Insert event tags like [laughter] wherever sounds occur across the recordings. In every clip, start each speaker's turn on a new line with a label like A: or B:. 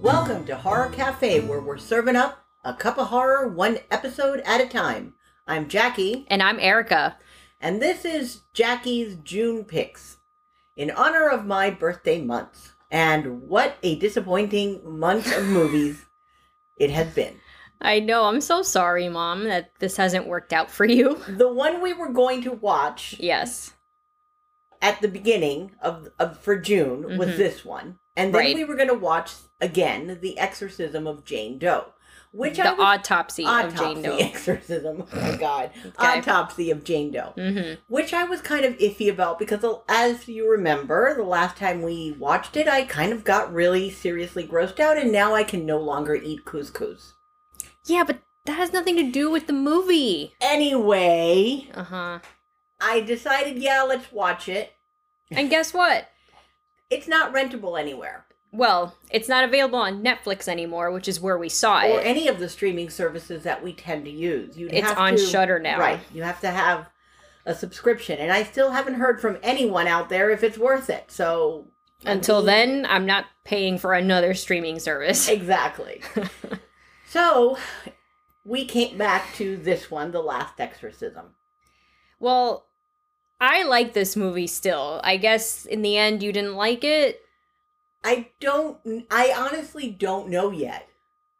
A: Welcome to Horror Cafe, where we're serving up a cup of horror one episode at a time. I'm Jackie,
B: And I'm Erica.
A: and this is Jackie's June Picks in honor of my birthday month. And what a disappointing month
B: [laughs]
A: of movies it has been.
B: I know, I'm so sorry, Mom, that this hasn't worked out for you. [laughs]
A: The one we were going to watch
B: Yes.
A: at the beginning of, of for June was
B: Mhm.
A: this one, and then
B: Right.
A: we were going to watch again the Exorcism of Jane Doe, which
B: the
A: I was,
B: autopsy,
A: autopsy
B: of
A: [laughs]
B: Jane Doe.
A: exorcism. Oh
B: [laughs]
A: my god,
B: Okay.
A: autopsy of Jane Doe,
B: hmm
A: which I was kind of iffy about because uh, as you remember, the last time we watched it, I kind of got really seriously grossed out, and now I can no longer eat couscous.
B: Yeah, but that has nothing to do with the movie.
A: Anyway,
B: Uh huh.
A: I decided, yeah, let's watch it.
B: And guess what?
A: It's not rentable anywhere.
B: Well, it's not available on Netflix anymore, which is where we saw
A: or
B: it.
A: any of the streaming services that we tend to use. You'd
B: It's
A: have
B: on
A: to,
B: Shutter now.
A: Right. You have to have a subscription. And I still haven't heard from anyone out there if it's worth it. So
B: Until
A: we-
B: then, I'm not paying for another streaming [laughs] service.
A: Exactly. so we came back to this one, The Last Exorcism.
B: Well, I like this movie still. I guess in the end, you didn't like it.
A: I don't I honestly don't know yet.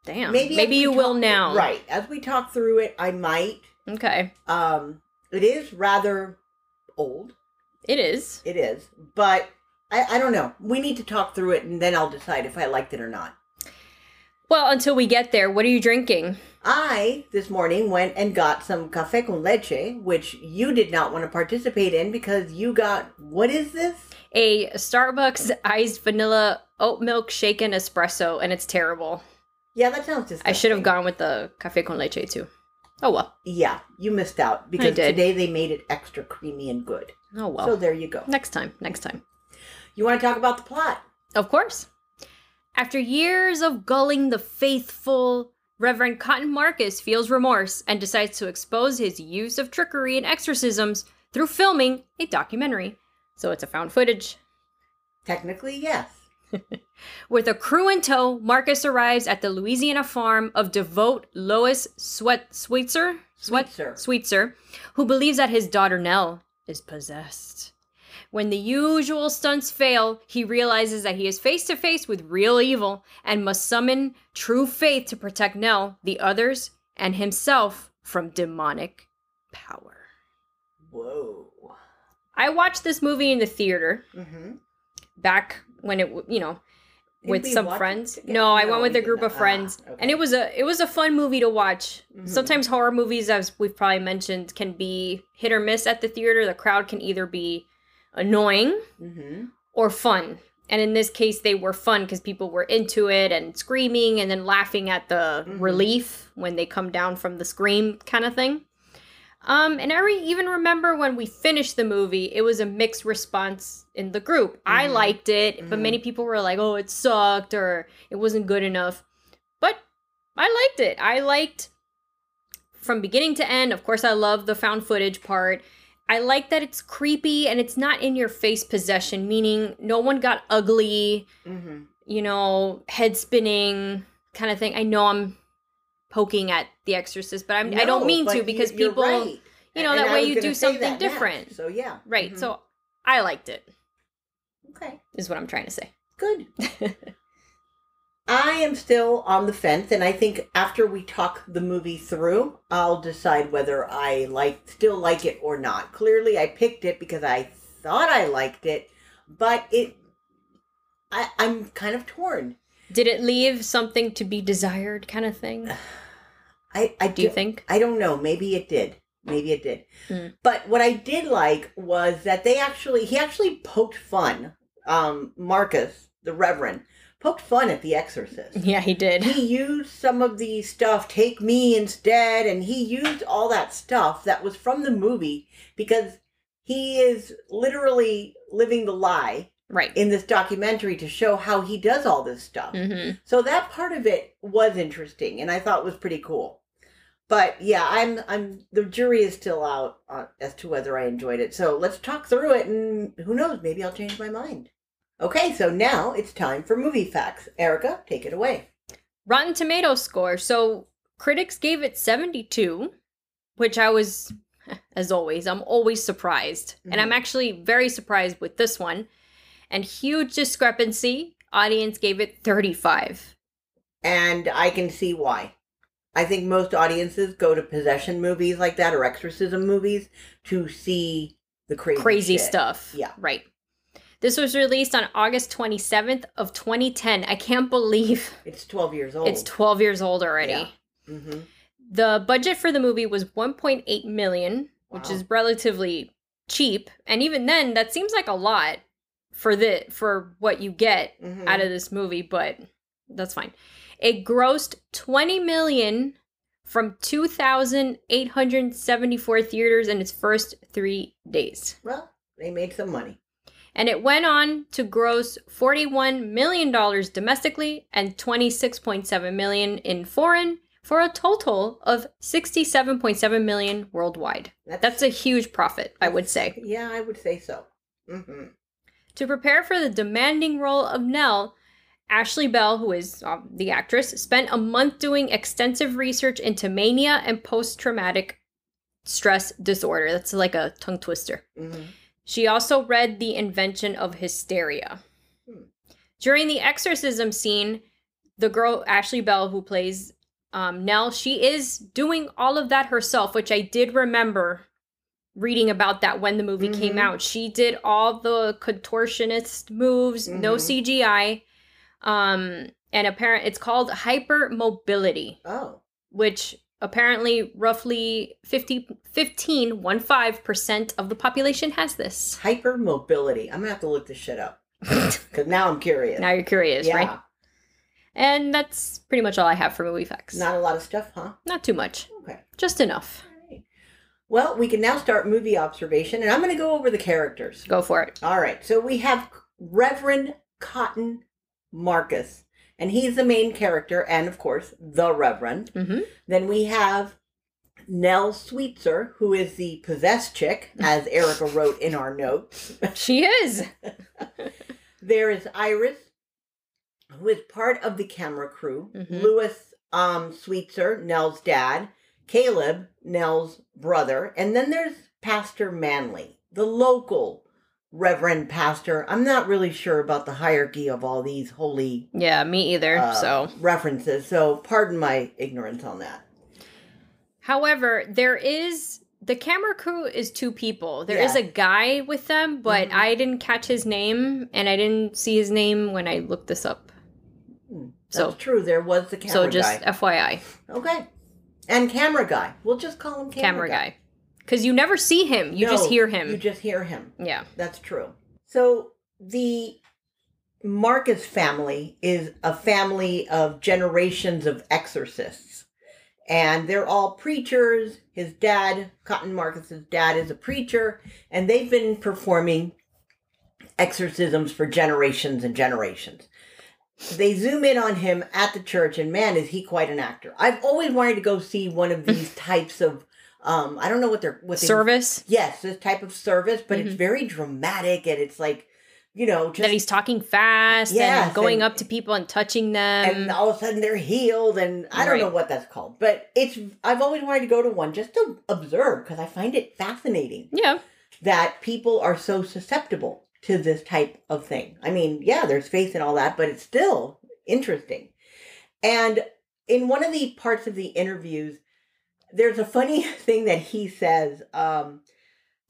B: Damn.
A: Maybe
B: Maybe,
A: as
B: you
A: we
B: will
A: talk-
B: now.
A: Right. As we talk through it, I might.
B: Okay.
A: Um it is rather old.
B: It is.
A: It is, but I, I don't know. We need to talk through it, and then I'll decide if I liked it or not.
B: Well, until we get there, what are you drinking?
A: I this morning went and got some cafe con leche, which you did not want to participate in because you got what is this?
B: A Starbucks iced vanilla oat milk shaken espresso, and it's terrible.
A: Yeah, that sounds disgusting.
B: I should have gone with the cafe con leche too. Oh well.
A: Yeah, you missed out because
B: did.
A: today they made it extra creamy and good.
B: Oh well.
A: So there you go.
B: next time. Next time.
A: You want to talk about the plot?
B: Of course. After years of gulling the faithful, Reverend Cotton Marcus feels remorse and decides to expose his use of trickery and exorcisms through filming a documentary. So it's a found footage.
A: Technically, yes.
B: With a crew in tow, Marcus arrives at the Louisiana farm of devout Lois Sweat Sweetser, Sweat
A: Sweetser.
B: Sweetser, who believes that his daughter Nell is possessed. When the usual stunts fail, he realizes that he is face to face with real evil and must summon true faith to protect Nell, the others, and himself from demonic power.
A: Whoa.
B: I watched this movie in the theater
A: Mm-hmm.
B: back when it, w- you know, with some friends. No, I went with a
A: Ah,
B: group of friends, and it was a it was a fun movie to watch.
A: Mhm.
B: Sometimes horror movies, as we've probably mentioned, can be hit or miss at the theater. The crowd can either be annoying
A: Mm-hmm.
B: or fun, and in this case, they were fun because people were into it and screaming and then laughing at the
A: Mhm.
B: relief when they come down from the scream kind of thing. Um, and I re- even remember when we finished the movie, it was a mixed response in the group. I
A: Mhm.
B: liked it, but
A: Mhm.
B: many people were like, "Oh, it sucked," or "It wasn't good enough." But I liked it. I liked from beginning to end. Of course, I love the found footage part. I like that it's creepy and it's not in your face possession, meaning no one got ugly,
A: Mm-hmm.
B: you know, head spinning kind of thing. I know I'm poking at The Exorcist, but I'm, I
A: No,
B: don't mean
A: but
B: to
A: you-
B: because
A: you're
B: people
A: right.
B: you know,
A: And
B: that
A: I
B: way
A: was
B: you
A: gonna
B: do
A: say
B: something
A: that next.
B: different.
A: So yeah,
B: Right.
A: Mhm.
B: So I liked it,
A: okay,
B: is what I'm trying to say. [laughs]
A: good. I am still on the fence, and I think after we talk the movie through, I'll decide whether I like still like it or not. Clearly, I picked it because I thought I liked it, but it, I, I'm kind of torn.
B: Did it leave something to be desired kind of thing?
A: I, I
B: Do you
A: do-
B: think?
A: I don't know. Maybe it did. Maybe it did.
B: Hmm.
A: But what I did like was that they actually he actually poked fun. Um, Marcus, the Reverend, poked fun at the Exorcist.
B: Yeah, he did.
A: he used some of the stuff, take me instead, and he used all that stuff that was from the movie because he is literally living the lie
B: [laughs] Right.
A: in this documentary to show how he does all this stuff.
B: Mm-hmm.
A: So that part of it was interesting and I thought was pretty cool. But yeah, I'm I'm the jury is still out on, as to whether I enjoyed it. So let's talk through it, and who knows? Maybe I'll change my mind. Okay, so now it's time for movie facts. Erica, take it away.
B: Rotten Tomato score. So critics gave it 72, which I was, [laughs] as always, I'm always surprised. And I'm actually very surprised with this one. And huge discrepancy. Audience gave it 35.
A: and I can see why. I think most audiences go to possession movies like that or exorcism movies to see the crazy
B: Crazy
A: shit.
B: stuff.
A: Yeah.
B: Right. This was released on August 27th of 2010. I can't believe [laughs]
A: It's twelve years old.
B: it's 12 years old already.
A: Oh. Yeah. mm-hmm.
B: The budget for the movie was 1.8 million, which
A: Wow.
B: is relatively cheap, and even then that seems like a lot for the for what you get
A: Mm-hmm.
B: out of this movie, but that's fine. It grossed 20 million from 2,874 theaters in its first 3 days.
A: well, they made some money.
B: And it went on to gross 41 million dollars domestically and 26.7 million in foreign for a total of 67.7 million worldwide. That's a huge profit, I would say.
A: yeah, I would say so. Mm-hmm.
B: To prepare for the demanding role of Nell, Ashley Bell, who is uh, the actress, spent a month doing extensive research into mania and post traumatic stress disorder. That's like a tongue twister.
A: Mm-hmm.
B: She also read The Invention of Hysteria.
A: Hmm.
B: During the exorcism scene, the girl, Ashley Bell, who plays um, Nell, she is doing all of that herself, which I did remember reading about that when the movie came
A: Mhm.
B: out. She did all the contortionist moves, no
A: Mhm.
B: CGI. Um, and apparent it's called hypermobility
A: Oh,
B: which apparently roughly 50, 15, 15% of the population has this.
A: hypermobility. I'm gonna have to look this shit
B: [laughs]
A: up because now I'm curious.
B: now you're curious,
A: yeah,
B: right? And that's pretty much all I have for movie facts.
A: not a lot of stuff, huh?
B: Not too much,
A: Okay.
B: just enough.
A: All right. Well, we can now start movie observation, and I'm going to go over the characters.
B: Go for it.
A: All right. So we have Reverend Cotton Marcus, and he's the main character, and of course, the Reverend. [laughs]
B: hmm
A: Then we have Nell Sweetser, who is the possessed chick, as Erica wrote in our notes.
B: She is.
A: There is Iris, who is part of the camera crew.
B: Mhm.
A: Lewis um, Sweetser, Nell's dad. Caleb, Nell's brother. And then there's Pastor Manley, the local Reverend Pastor. I'm not really sure about the hierarchy of all these holy
B: Yeah, me either.
A: uh,
B: so,
A: references, so pardon my ignorance on that.
B: however, there is the camera crew is two people. There is
A: Yeah.
B: a guy with them, but
A: Mhm.
B: I didn't catch his name and I didn't see his name when I looked this up.
A: Hmm,
B: So-
A: That's true. There was the camera
B: so, just
A: guy.
B: FYI.
A: Okay. And camera guy. We'll just call him camera,
B: camera guy because you never see him you just
A: No,
B: hear
A: You
B: him
A: just hear him.
B: yeah
A: That's true. So the Marcus family is a family of generations of exorcists. And they're all preachers. His dad, Cotton Marcus's dad, is a preacher, and they've been performing exorcisms for generations and generations. They zoom in on him at the church, and man, is he quite an actor! I've always wanted to go see one of these types of, um, I don't know what they're what they
B: service
A: yes, this type of service, but it's very dramatic and it's like, you know, just
B: Mm-hmm. that he's talking fast
A: Yes,
B: and going
A: and-
B: up to people and touching them
A: and all of a sudden they're healed and I don't know
B: Right.
A: what that's called, but it's I've always wanted to go to one just to observe because I find it fascinating
B: yeah
A: that people are so susceptible to this type of thing. I mean, yeah, there's faith and all that, but it's still interesting. And in one of the parts of the interviews, there's a funny [laughs] thing that he says um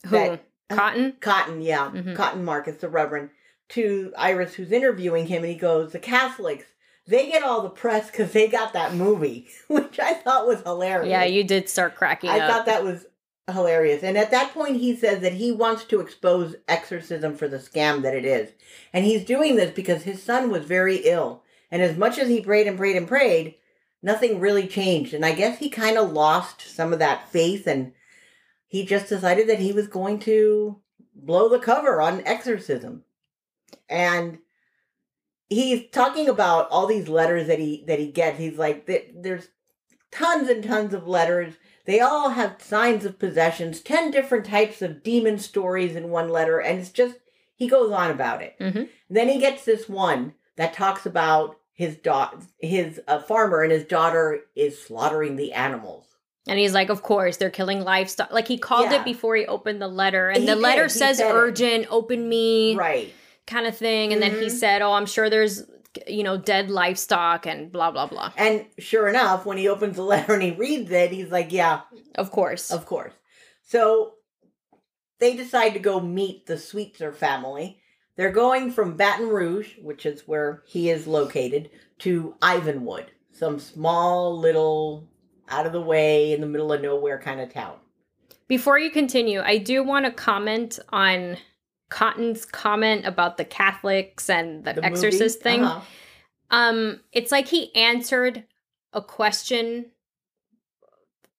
B: who
A: That-
B: cotton
A: Cotton, yeah.
B: Mhm.
A: Cotton Marcus, the Reverend, to Iris, who's interviewing him, and he goes, The Catholics, they get all the press because they got that movie, [laughs] which I thought was hilarious.
B: yeah you did start cracking
A: I
B: up
A: thought that was hilarious. And at that point, he says that he wants to expose exorcism for the scam that it is. And he's doing this because his son was very ill. And as much as he prayed and prayed and prayed, nothing really changed. And I guess he kind of lost some of that faith and he just decided that he was going to blow the cover on exorcism. And he's talking about all these letters that he that he gets. He's like, "There- there's tons and tons of letters. They all have signs of possessions, 10 different types of demon stories in one letter, and it's just, he goes on about it.
B: Mhm.
A: Then he gets this one that talks about his daughter, his uh, farmer, and his daughter is slaughtering the animals.
B: And he's like, of course, they're killing livestock. Like he called
A: Yeah.
B: it before he opened the letter. And
A: He
B: the
A: did.
B: letter
A: He
B: says
A: said it.
B: urgent, open me
A: Right.
B: kind of thing. And then he
A: Mhm.
B: said, oh, I'm sure there's, you know, dead livestock and blah, blah, blah.
A: And sure enough, when he opens the letter and he reads it, he's like, yeah,
B: Of course.
A: Of course. So they decide to go meet the Sweetser family. They're going from Baton Rouge, which is where he is located, to Ivanwood, some small little out of the way in the middle of nowhere kind of town.
B: Before you continue, I do want to comment on Cotton's comment about the Catholics and the,
A: The movie-
B: exorcist thing.
A: uh-huh.
B: Um, it's like he answered a question,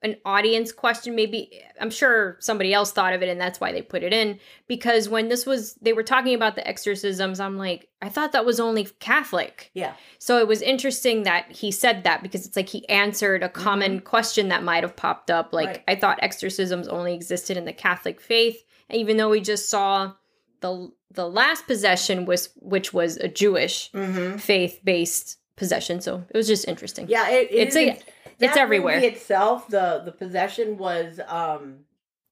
B: an audience question. Maybe I'm sure somebody else thought of it, and that's why they put it in. Because when this was, they were talking about the exorcisms. I'm like, I thought that was only Catholic.
A: Yeah.
B: So it was interesting that he said that because it's like he answered a common question that might have popped up. Like
A: Mm-hmm. Right.
B: I thought exorcisms only existed in the Catholic faith, and even though we just saw the the last possession was which was a Jewish
A: Mhm.
B: faith based possession. So it was just interesting.
A: Yeah, it, it
B: It's a-
A: is- that movie
B: everywhere.
A: itself, the the possession was, um,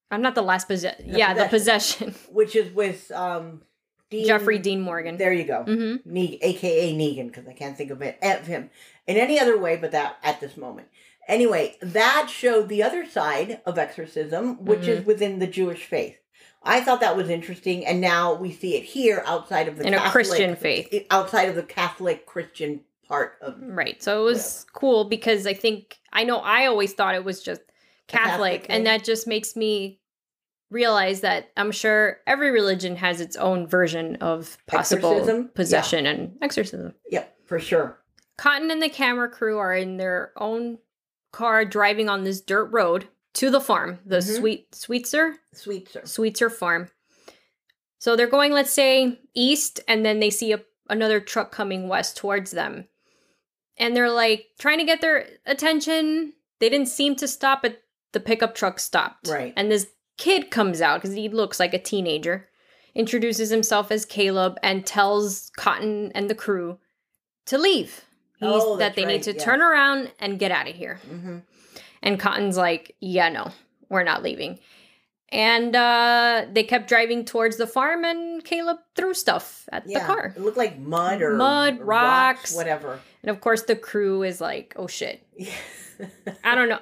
B: I'm not the last possession. Yeah, the possession.
A: [laughs] which is with um, Dean,
B: Jeffrey Dean Morgan.
A: There you go.
B: hmm
A: Ne- aka Negan, because I can't think of it of him in any other way but that at this moment. Anyway, that showed the other side of exorcism, which
B: Mm-hmm.
A: is within the Jewish faith. I thought that was interesting, and now we see it here outside of the
B: In a
A: Catholic-
B: Christian faith. Mm-hmm.
A: outside of the Catholic Christian part of the
B: Right. So it was cool because I think I know I always thought it was just Catholic,
A: Catholic
B: and
A: thing.
B: that just makes me realize that I'm sure every religion has its own version of possible
A: Exorcism?
B: possession and exorcism.
A: Yep, for sure.
B: Cotton and the camera crew are in their own car driving on this dirt road to the farm, the
A: Mhm.
B: sweet sweetser
A: Sweet sir.
B: Sweetser Farm. So they're going, let's say, east, and then they see a, another truck coming west towards them. And they're like trying to get their attention. They didn't seem to stop, but the pickup truck stopped.
A: Right.
B: And this kid comes out because he looks like a teenager, introduces himself as Caleb, and tells Cotton and the crew to leave. He's,
A: Oh,
B: that
A: that's
B: they need
A: right,
B: to
A: yeah.
B: turn around and get out of here.
A: hmm
B: And Cotton's like, yeah, no, we're not leaving. And uh, they kept driving towards the farm, and Caleb threw stuff at
A: Yeah,
B: the car.
A: It looked like mud or
B: Mud,
A: or
B: rocks.
A: whatever. [laughs]
B: And of course, the crew is like, oh shit.
A: is
B: I don't know.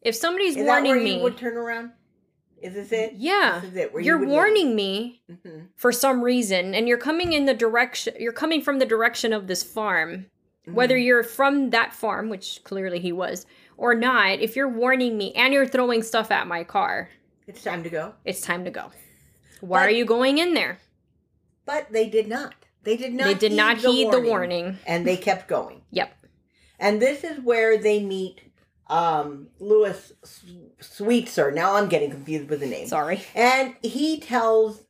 B: If somebody's
A: that where
B: warning
A: you
B: me,
A: would turn around? Is this it?
B: yeah,
A: This is it. Where you
B: you're
A: would look.
B: warning me
A: Mhm,
B: for some reason, and you're coming in the direction, you're coming from the direction of this farm.
A: mhm.
B: Whether you're from that farm, which clearly he was, or not, if you're warning me and you're throwing stuff at my car,
A: it's time to go.
B: it's time to go. Why
A: But-
B: are you going in there?
A: But they did not. They did not.
B: they did not heed the warning.
A: and they kept going.
B: Yep.
A: And this is where they meet um, Louis S- Sweetser. Now I'm getting confused with the name.
B: Sorry.
A: And he tells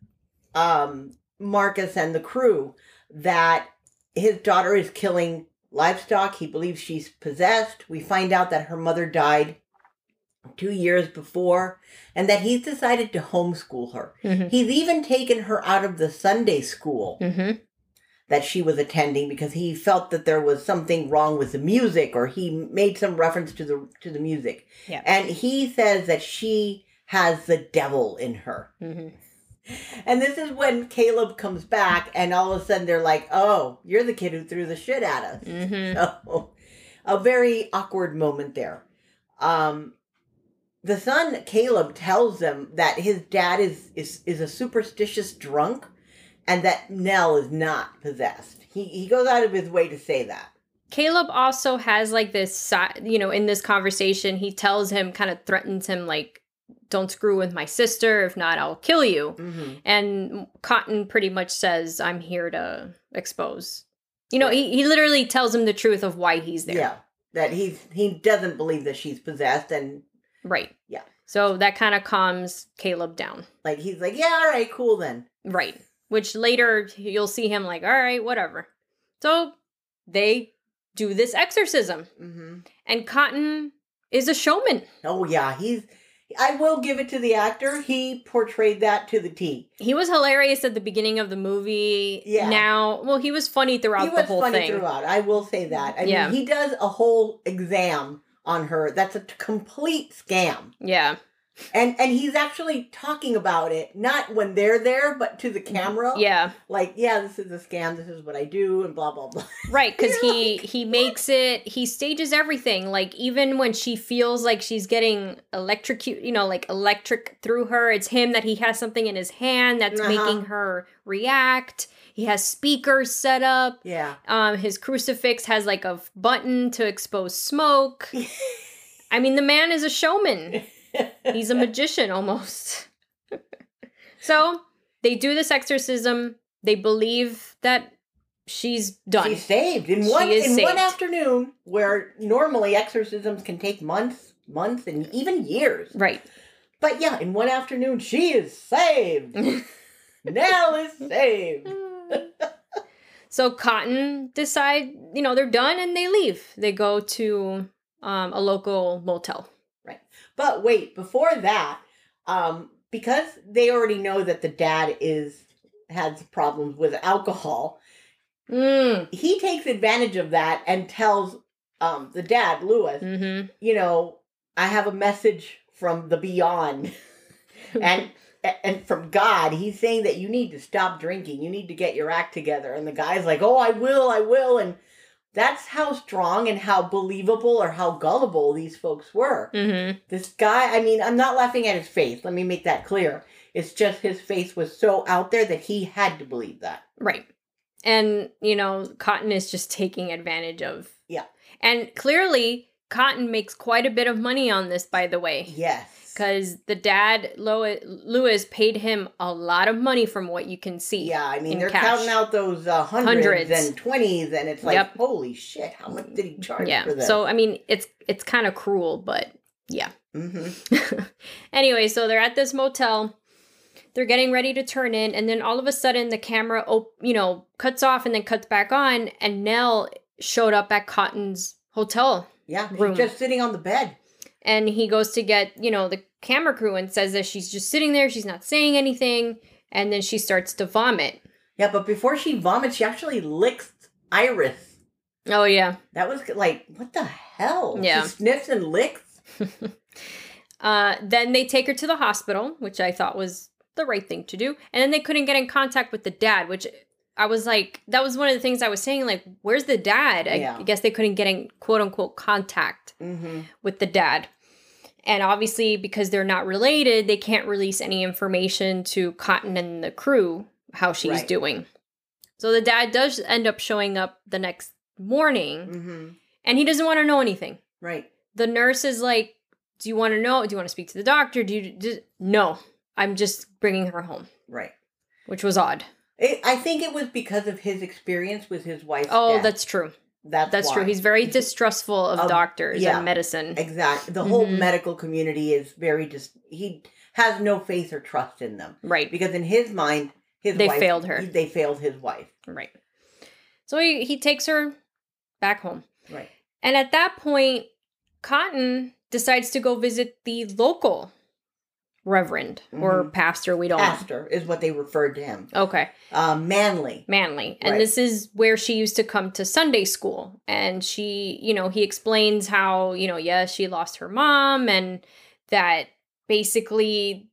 A: um, Marcus and the crew that his daughter is killing livestock. He believes she's possessed. We find out that her mother died two years before, and that he's decided to homeschool her.
B: Mhm.
A: He's even taken her out of the Sunday school
B: Mm-hmm.
A: that she was attending because he felt that there was something wrong with the music or he made some reference to the to the music.
B: Yeah.
A: And he says that she has the devil in her.
B: Mm-hmm.
A: And this is when Caleb comes back and all of a sudden they're like, "Oh, you're the kid who threw the shit at us." [laughs]
B: Mm-hmm.
A: So, a very awkward moment there. Um, the son Caleb tells them that his dad is is is a superstitious drunk, and that Nell is not possessed. He he goes out of his way to say that.
B: Caleb also has like this, si- you know, in this conversation, he tells him, kind of threatens him, like, don't screw with my sister. If not, I'll kill you.
A: Mm-hmm.
B: And Cotton pretty much says, I'm here to expose. You know, he, he literally tells him the truth of why he's there.
A: Yeah, that he's he doesn't believe that she's possessed, and
B: Right.
A: Yeah.
B: So that kind of calms Caleb down.
A: like he's like, yeah, all right, cool then.
B: Right. Which later you'll see him like, all right, whatever. So they do this exorcism.
A: Mm-hmm.
B: And Cotton is a showman.
A: Oh yeah, he's. I will give it to the actor. He portrayed that to the T.
B: He was hilarious at the beginning of the movie.
A: Yeah.
B: Now, well, he was funny throughout
A: he
B: the
A: was
B: whole
A: funny
B: thing.
A: throughout. I will say that. I
B: Yeah.
A: mean, he does a whole exam on her. That's a t- complete scam.
B: Yeah.
A: And and he's actually talking about it, not when they're there, but to the camera.
B: Mm-hmm. Yeah.
A: Like, yeah, this is a scam. This is what I do, and blah blah
B: [laughs]
A: blah.
B: Right, because
A: [laughs] You're
B: he he makes it. He stages everything. Like even when she feels like she's getting electrocute, you know, like electric through her, it's him that he has something in his hand that's
A: Uh-huh.
B: making her react. He has speakers set up.
A: [laughs] Yeah.
B: Um, his crucifix has like a f- button to expose smoke. I mean, the man is a showman. He's a magician almost. so they do this exorcism. They believe that she's done.
A: She's saved in
B: She
A: one in
B: is
A: one
B: saved.
A: afternoon, where normally exorcisms can take months, months, and even years.
B: [laughs] right.
A: But yeah, in one afternoon, she is
B: [laughs]
A: saved. Nell is saved.
B: so Cotton decide, you know, they're done and they leave. They go to um, a local motel.
A: But wait, before that, um, because they already know that the dad is has problems with alcohol,
B: Mm.
A: he takes advantage of that and tells um, the dad, Lewis,
B: hmm
A: you know, I have a message from the beyond, and and from God. He's saying that you need to stop drinking. You need to get your act together. And the guy's like, "Oh, I will, I will." And that's how strong and how believable or how gullible these folks were.
B: hmm
A: This guy, I mean, I'm not laughing at his face. Let me make that clear. It's just his face was so out there that he had to believe that.
B: Right. And, you know, Cotton is just taking advantage of.
A: Yeah.
B: And clearly, Cotton makes quite a bit of money on this, by the way.
A: Yes.
B: Because the dad, Lo- Lewis, paid him a lot of money from what you can see.
A: Yeah, I mean,
B: in
A: they're
B: cash.
A: counting out those uh, hundreds,
B: Hundreds.
A: and twenties, and it's like,
B: Yep.
A: holy shit, how much did he charge
B: Yeah.
A: for this?
B: So, I mean, it's it's kind of cruel, but [laughs]
A: hmm
B: anyway, so they're at this motel. They're getting ready to turn in, and then all of a sudden, the camera, op- you know, cuts off and then cuts back on, and Nell showed up at Cotton's hotel,
A: yeah, she's
B: Room.
A: just sitting on the bed.
B: and he goes to get, you know, the camera crew and says that she's just sitting there, she's not saying anything, and then she starts to vomit.
A: Yeah, but before she vomits, she actually licks Iris.
B: Oh yeah,
A: That was like, what the hell?
B: Yeah.
A: she sniffs and licks.
B: Uh, then they take her to the hospital, which I thought was the right thing to do. And then they couldn't get in contact with the dad, which I was like, that was one of the things I was saying, like, where's the dad? I
A: Yeah.
B: guess they couldn't get in quote unquote contact
A: Mm-hmm.
B: with the dad. And obviously, because they're not related, they can't release any information to Cotton and the crew how she's
A: Right.
B: doing. So the dad does end up showing up the next morning
A: Mm-hmm.
B: and he doesn't want to know anything
A: Right.
B: the nurse is like, "Do you want to know? Do you want to speak to the doctor? Do you do, no? I'm just bringing her home,"
A: Right.
B: which was odd.
A: It, I think it was because of his experience with his wife.
B: Oh, that's true.
A: that's
B: That's true.
A: why.
B: He's very distrustful of
A: Of-
B: doctors
A: yeah.
B: and medicine.
A: Exactly. The whole
B: Mhm.
A: medical community is very just. He has no faith or trust in them
B: Right.
A: because in his mind, his
B: They
A: wife,
B: failed her.
A: he- they failed his wife.
B: Right. So he, he takes her back home,
A: Right.
B: and at that point, Cotton decides to go visit the local reverend or
A: Mhm.
B: pastor. We don't.
A: Pastor is what they referred to him.
B: Okay.
A: Um, manly.
B: Manly. And
A: Right.
B: this is where she used to come to Sunday school. And she, you know, he explains how, you know, yeah, she lost her mom and that basically,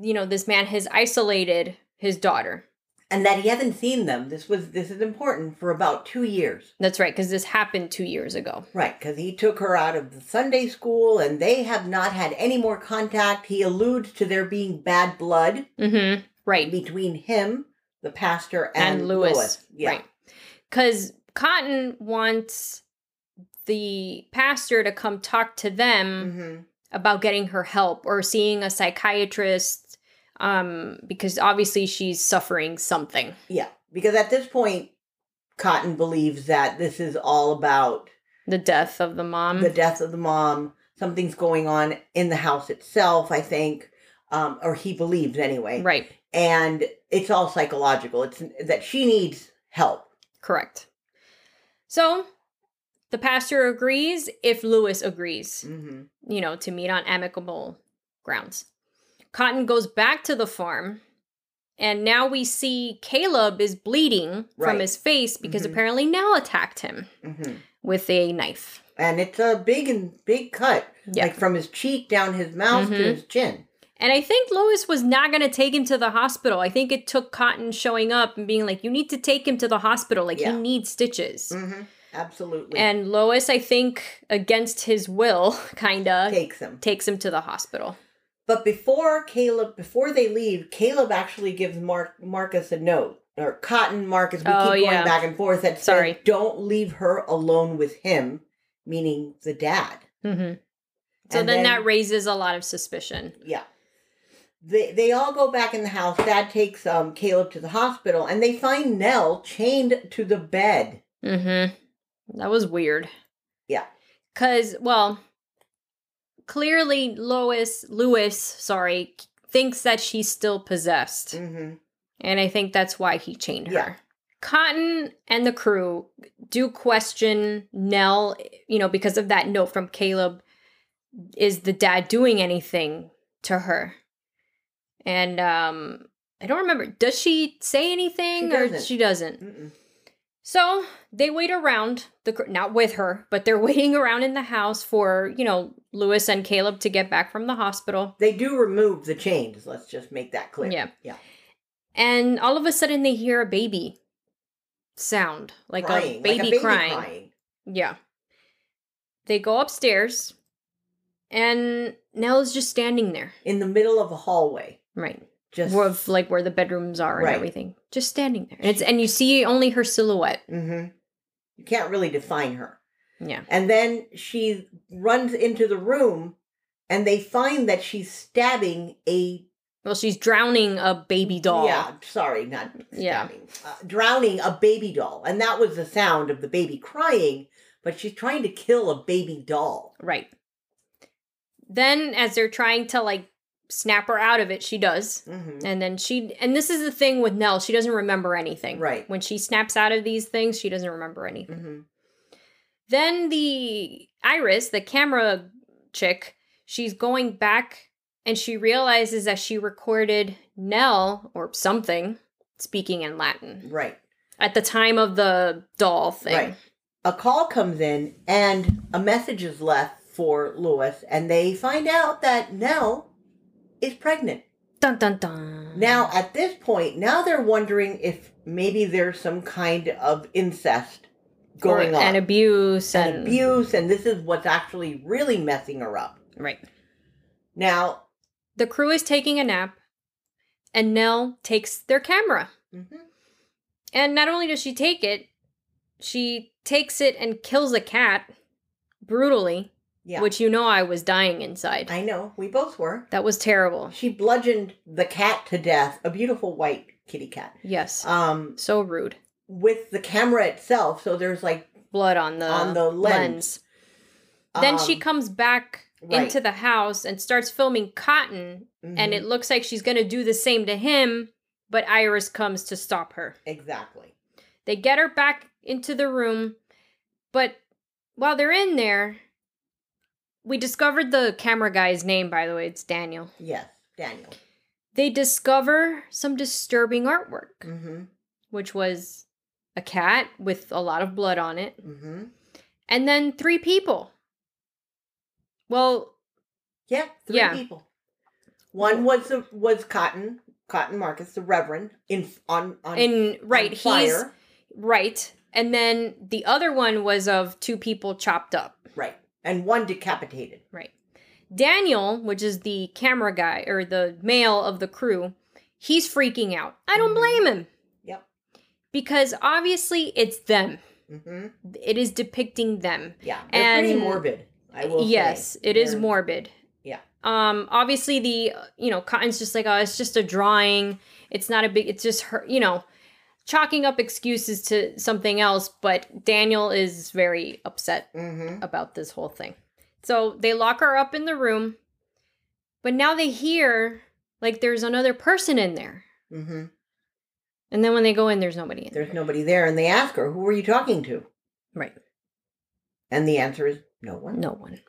B: you know, this man has isolated his daughter.
A: And that he hasn't seen them. This was this is important for about two years.
B: That's right, because this happened two years ago.
A: Right, because he took her out of the Sunday school and they have not had any more contact. He alludes to there being bad blood
B: Mm-hmm. Right.
A: between him, the pastor, and,
B: And, Lewis.
A: Yeah.
B: Right. Because Cotton wants the pastor to come talk to them.
A: hmm
B: about getting her help or seeing a psychiatrist um because obviously she's suffering something
A: Yeah. Because at this point, Cotton believes that this is all about
B: the death of the mom
A: the death of the mom. Something's going on in the house itself, I think, um, or he believes anyway.
B: right
A: And it's all psychological. It's that she needs help.
B: correct so The pastor agrees if Lewis agrees,
A: Mm-hmm.
B: you know, to meet on amicable grounds. Cotton goes back to the farm, and now we see Caleb is bleeding
A: Right.
B: from his face because
A: Mhm.
B: apparently Nell attacked him
A: Mm-hmm.
B: with a knife.
A: And it's a big and big cut,
B: Yeah.
A: like from his cheek down his mouth to
B: Mhm.
A: his chin.
B: And I think Lois was not going to take him to the hospital. I think it took Cotton showing up and being like, you need to take him to the hospital. Like,
A: Yeah.
B: he needs stitches.
A: Mm-hmm. Absolutely.
B: And Lois, I think, against his will, [laughs] kind of
A: takes him.
B: takes him to the hospital.
A: But before Caleb, before they leave, Caleb actually gives Mark Marcus a note or Cotton Marcus. We
B: Oh,
A: keep going
B: yeah.
A: back and forth. That says,
B: Sorry.
A: don't leave her alone with him, meaning the dad.
B: Mm-hmm. So
A: And
B: then, that raises a lot of suspicion.
A: yeah. They they all go back in the house. Dad takes um Caleb to the hospital, and they find Nell chained to the bed.
B: Mm-hmm. That was weird.
A: Yeah.
B: Because, well, clearly Lois, Lewis, sorry, thinks that she's still possessed.
A: Mm-hmm.
B: And I think that's why he chained her.
A: Yeah.
B: Cotton and the crew do question Nell, you know, because of that note from Caleb. Is the dad doing anything to her? And um I don't remember. Does she say anything
A: She
B: or
A: doesn't.
B: she doesn't?
A: Mm-mm.
B: So they wait around the cr- not with her, but they're [laughs] waiting around in the house for, you know, Lewis and Caleb to get back from the hospital.
A: They do remove the chains. Let's just make that clear.
B: Yeah.
A: Yeah.
B: And all of a sudden they hear a baby sound, like,
A: Crying,
B: a, baby crying.
A: crying.
B: Yeah. They go upstairs and Nell's just standing there.
A: in the middle of a hallway.
B: Right.
A: Just
B: Where of like where the bedrooms are and
A: Right.
B: everything. Just standing there. And it's and you see only her silhouette.
A: hmm You can't really define her.
B: Yeah.
A: And then she runs into the room and they find that she's stabbing a
B: Well, she's drowning a baby doll.
A: Yeah, sorry, not stabbing.
B: Yeah.
A: Uh, drowning a baby doll. And that was the sound of the baby crying, but she's trying to kill a baby doll.
B: Right. Then as they're trying to like snap her out of it, she does.
A: hmm
B: And then she and this is the thing with Nell, she doesn't remember anything.
A: Right.
B: When she snaps out of these things, she doesn't remember anything.
A: hmm
B: Then the Iris, the camera chick, she's going back and she realizes that she recorded Nell or something speaking in Latin
A: Right.
B: at the time of the doll thing.
A: Right. A call comes in and a message is left for Lewis, and they find out that Nell is pregnant.
B: Dun dun dun.
A: Now, at this point, now they're wondering if maybe there's some kind of incest going
B: Or-
A: on.
B: And abuse and,
A: And abuse, and this is what's actually really messing her up.
B: Right.
A: Now,
B: The crew is taking a nap and Nell takes their camera.
A: mm-hmm,
B: And not only does she take it, she takes it and kills a cat brutally,
A: yeah,
B: which you know I was dying inside.
A: I know, we both were.
B: That was terrible.
A: She bludgeoned the cat to death, a beautiful white kitty cat,
B: Yes.
A: um,
B: so rude.
A: with the camera itself. So there's like,
B: Blood on the
A: On the lens.
B: Uh, Then
A: um,
B: she comes back
A: right.
B: into the house and starts filming Cotton, and
A: mhm,
B: it looks like she's going to do the same to him, but Iris comes to stop her.
A: mm-hmm, exactly.
B: They get her back into the room, but while they're in there, we discovered the camera guy's name, by the way, it's Daniel.
A: Yes, Daniel.
B: They discover some disturbing artwork,
A: Mm-hmm.
B: which was a cat with a lot of blood on it.
A: Mm-hmm.
B: and then three people. Well,
A: Yeah, three
B: Yeah.
A: people. One was the, was Cotton Cotton Marcus, the Reverend, in on on
B: in
A: on
B: right, he's
A: fire.
B: right, and then the other one was of two people chopped up.
A: right, and one decapitated.
B: Right. Daniel, which is the camera guy or the male of the crew, he's freaking out. I don't
A: Mhm.
B: blame him.
A: Yep.
B: Because obviously it's them.
A: Mm-hmm.
B: It is depicting them.
A: Yeah, they're pretty
B: And-
A: morbid. I will.
B: yes,
A: say.
B: it is
A: They're-
B: morbid.
A: Yeah.
B: Um. Obviously, the uh, you know Cotton's just like oh, it's just a drawing. It's not a big. It's just her. You know, chalking up excuses to something else. But Daniel is very upset
A: Mhm.
B: about this whole thing. So they lock her up in the room, but now they hear like there's another person in there.
A: Mhm.
B: And then when they go in, there's nobody in there.
A: There's nobody there, and they ask her, "Who were you talking to?"
B: Right.
A: And the answer is no one.
B: No one.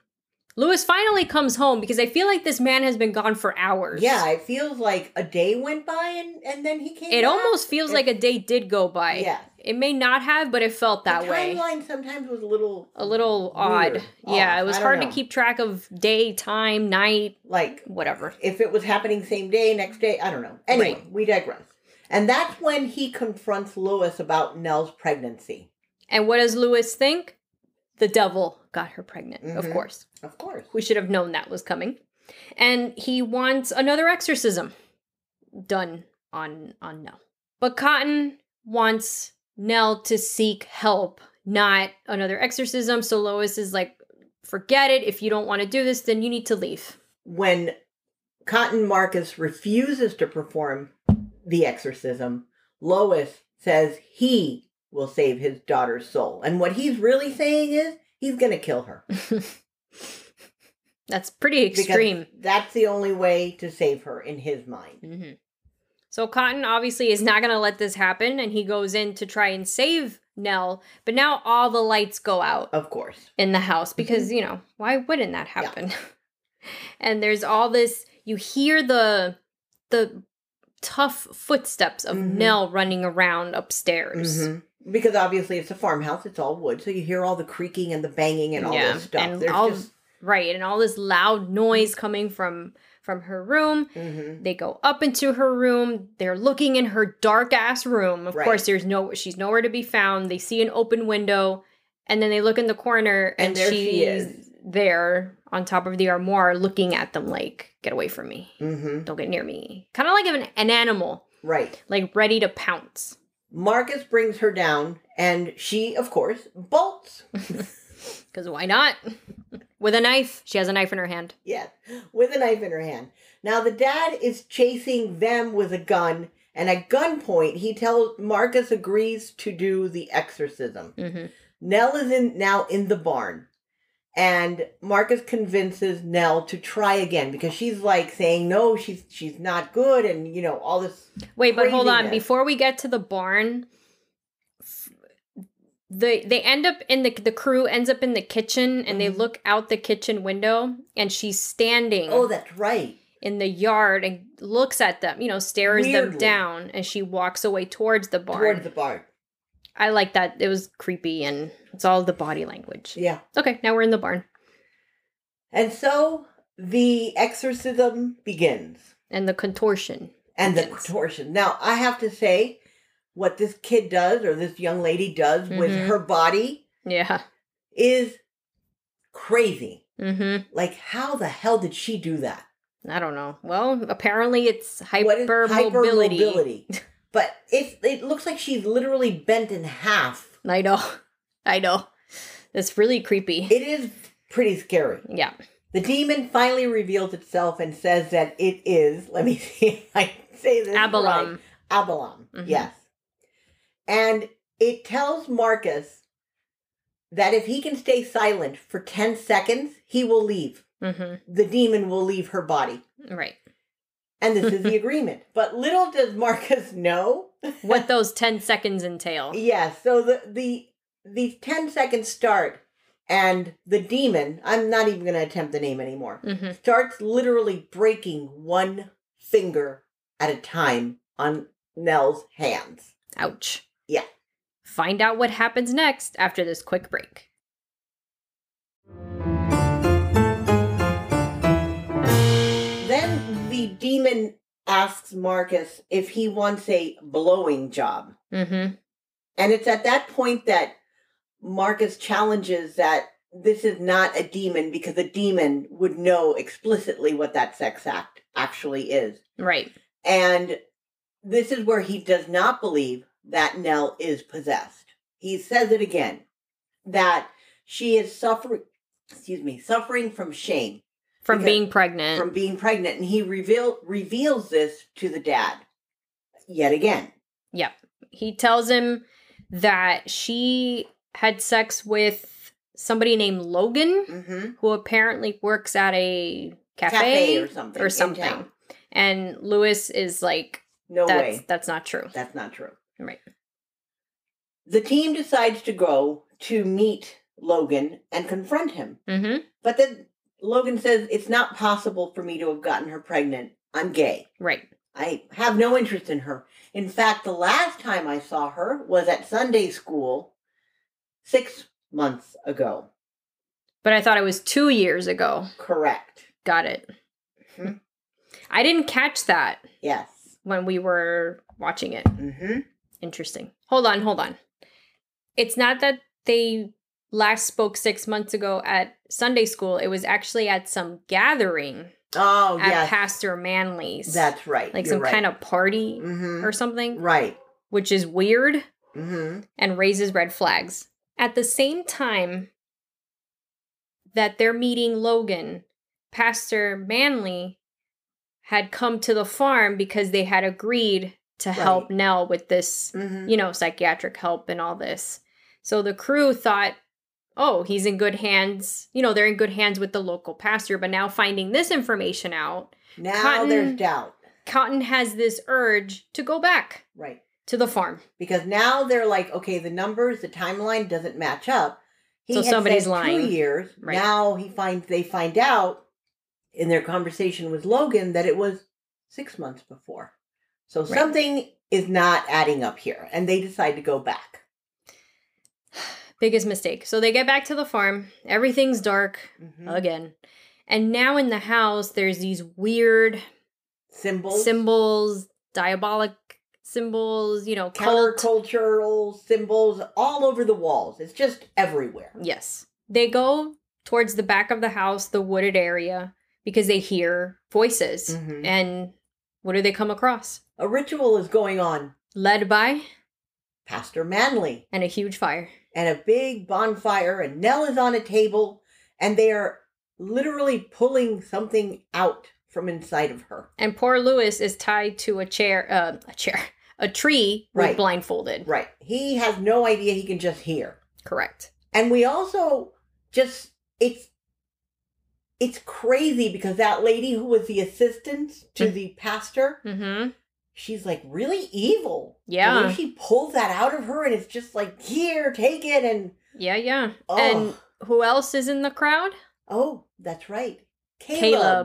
B: Lewis finally comes home because I feel like this man has been gone for hours.
A: Yeah, it feels like a day went by and, and then he came.
B: It
A: back.
B: almost feels
A: It-
B: like a day did go by.
A: Yeah.
B: It may not have, but it felt that
A: the
B: way.
A: Timeline sometimes was a little
B: A little odd.
A: weird,
B: yeah,
A: off.
B: it was
A: I don't
B: hard
A: know.
B: to keep track of day, time, night,
A: like
B: whatever.
A: if it was happening same day, next day, I don't know. Anyway,
B: Right.
A: we digress. And that's when he confronts Lois about Nell's pregnancy.
B: And what does Lewis think? The devil got her pregnant, of
A: Mhm.
B: course.
A: Of course.
B: We should have known that was coming. And he wants another exorcism done on on Nell. But Cotton wants Nell to seek help, not another exorcism. So Lois is like, forget it. If you don't want to do this, then you need to leave. [laughs]
A: When Cotton Marcus refuses to perform the exorcism, Lois says he will save his daughter's soul. And what he's really saying is he's going to kill her.
B: That's pretty
A: Because
B: extreme.
A: That's the only way to save her in his mind.
B: hmm So Cotton obviously is not going to let this happen, and he goes in to try and save Nell. But now all the lights go out
A: Of course.
B: in the house because you know why wouldn't that
A: Mm-hmm. Yeah.
B: happen? [laughs] and there's all this. You hear the the tough footsteps of
A: Mhm.
B: Nell running around upstairs.
A: Mhm. Because obviously it's a farmhouse, it's all wood, so you hear all the creaking and the banging and all
B: Yeah,
A: this stuff.
B: and
A: There's
B: all-
A: just
B: Right, and all this loud noise coming from from her room.
A: hmm
B: They go up into her room. They're looking in her dark ass room. Of
A: Right.
B: course, there's no she's nowhere to be found. They see an open window, and then they look in the corner, and,
A: And there
B: she's
A: she is.
B: there on top of the armoire, looking at them like, "Get away from me!
A: hmm
B: Don't get near me!" Kind of like an, an animal,
A: Right.
B: like ready
A: [laughs]
B: to pounce. [laughs]
A: Marcus brings her down, and she, of course, bolts.
B: Because why not? With a knife, she has a knife in her hand.
A: Yes, with a knife in her hand. Now the dad is chasing them with a gun, and at gunpoint, he tells Marcus agrees to do the exorcism.
B: hmm
A: Nell is in now in the barn. And Marcus convinces Nell to try again because she's like saying no, she's she's not good, and you know all this.
B: Wait, but hold on.
A: Craziness.
B: Before we get to the barn, f- they they end up in the the crew ends up in the kitchen and they
A: Mhm.
B: look out the kitchen window and she's standing
A: Oh, that's right.
B: in the yard and looks at them, you know, stares them
A: Weirdly.
B: down and she walks away towards the barn.
A: Towards the barn.
B: I like that. It was creepy and it's all the body language.
A: Yeah.
B: Okay, now we're in the barn
A: And so the exorcism begins
B: and the contortion.
A: and the
B: Begins.
A: contortion. Now I have to say, what this kid does or this young lady does with
B: Mhm.
A: her body
B: Yeah.
A: is crazy.
B: Mhm.
A: Like, how the hell did she do that?
B: I don't know. Well, apparently it's
A: What is
B: hypermobility.
A: hypermobility? But it's it looks like she's literally bent in half.
B: I know. [laughs] I know. That's really creepy.
A: It is pretty scary.
B: Yeah.
A: The demon finally reveals itself and says that it is. Let me [laughs] see if I say this. right.
B: Abalone.
A: Abalon,
B: Mhm.
A: yes. And it tells Marcus that if he can stay silent for 10 seconds, he will leave.
B: Mm-hmm.
A: The demon will leave her body.
B: Right.
A: And this
B: [laughs]
A: is the agreement. But little does Marcus know. [laughs]
B: What those 10 seconds entail.
A: Yes, so the the these 10 seconds start and the demon, I'm not even going to attempt the name anymore.
B: Mm-hmm.
A: Starts literally breaking one finger at a time on Nell's hands.
B: Ouch.
A: Yeah.
B: Find out what happens next after this quick break.
A: Then the demon asks Marcus if he wants a blowing job.
B: Mm-hmm.
A: And it's at that point that Marcus challenges that this is not a demon because a demon would know explicitly what that sex act actually is.
B: Right.
A: And this is where he does not believe that Nell is possessed. He says it again that she is suffering, excuse me, suffering from shame
B: From
A: Because-
B: being pregnant.
A: from being pregnant and he reveal reveals this to the dad yet again
B: he tells him that she had sex with somebody named Logan,
A: mm-hmm.
B: who apparently works at a cafe,
A: or something
B: or
A: in
B: something.
A: town.
B: And Lewis is like,
A: no
B: that's
A: way
B: that's not true.
A: that's not true
B: Right.
A: the team decides to go to meet Logan and confront him.
B: Mm-hmm.
A: But then Logan says, It's not possible for me to have gotten her pregnant. I'm gay.
B: Right.
A: I have no interest in her. In fact, the last time I saw her was at Sunday school six months ago.
B: But I thought it was two years ago.
A: Correct.
B: Got it.
A: Mhm.
B: I didn't catch that
A: Yes.
B: when we were watching it.
A: Mm-hmm.
B: Interesting. Hold on, hold on. It's not that they last spoke six months ago at Sunday school. It was actually at some gathering
A: Oh,
B: at
A: yes.
B: Pastor Manley's.
A: That's right.
B: like
A: You're
B: some
A: right.
B: kind of party
A: Mm-hmm.
B: or something,
A: Right.
B: which is weird
A: Mm-hmm.
B: and raises red flags. At the same time that they're meeting Logan, Pastor Manley had come to the farm because they had agreed to help
A: Right.
B: Nell with this,
A: Mm-hmm.
B: you know, psychiatric help and all this. So the crew thought, oh, he's in good hands. You know, they're in good hands with the local pastor. But now finding this information out,
A: Now
B: Cotton-
A: there's doubt.
B: Cotton has this urge to go back
A: Right.
B: to the farm.
A: Because now they're like, okay, the numbers, the timeline doesn't match up. He
B: So
A: had
B: somebody's
A: said
B: lying.
A: Two years.
B: Right.
A: Now he finds they find out in their conversation with Logan that it was six months before. So
B: Right.
A: something is not adding up here, and they decide to go back.
B: Biggest mistake. So they get back to the farm. Everything's dark
A: Mhm.
B: again. And now in the house, there's these weird
A: Symbols,
B: symbols, diabolic symbols, you know, cult.
A: countercultural symbols all over the walls. It's just everywhere.
B: Yes. They go towards the back of the house, the wooded area, because they hear voices.
A: Mhm.
B: And what do they come across?
A: A ritual is going on.
B: Led by
A: Pastor Manley
B: and a huge fire.
A: and a big bonfire, and Nell is on a table, and they are literally pulling something out from inside of her.
B: And poor Lewis is tied to a chair, uh, a chair, [laughs] a tree, with
A: Right.
B: blindfolded.
A: Right. He has no idea he can just hear.
B: Correct.
A: And we also just it's it's crazy because that lady who was the assistant
B: Mm.
A: to the pastor,
B: Mm-hmm.
A: she's like really evil. The
B: Yeah.
A: way she pulls that out of her and it's just like, here, take it and
B: Yeah, yeah.
A: oh,
B: And who else is in the crowd?
A: oh, that's right.
B: Caleb.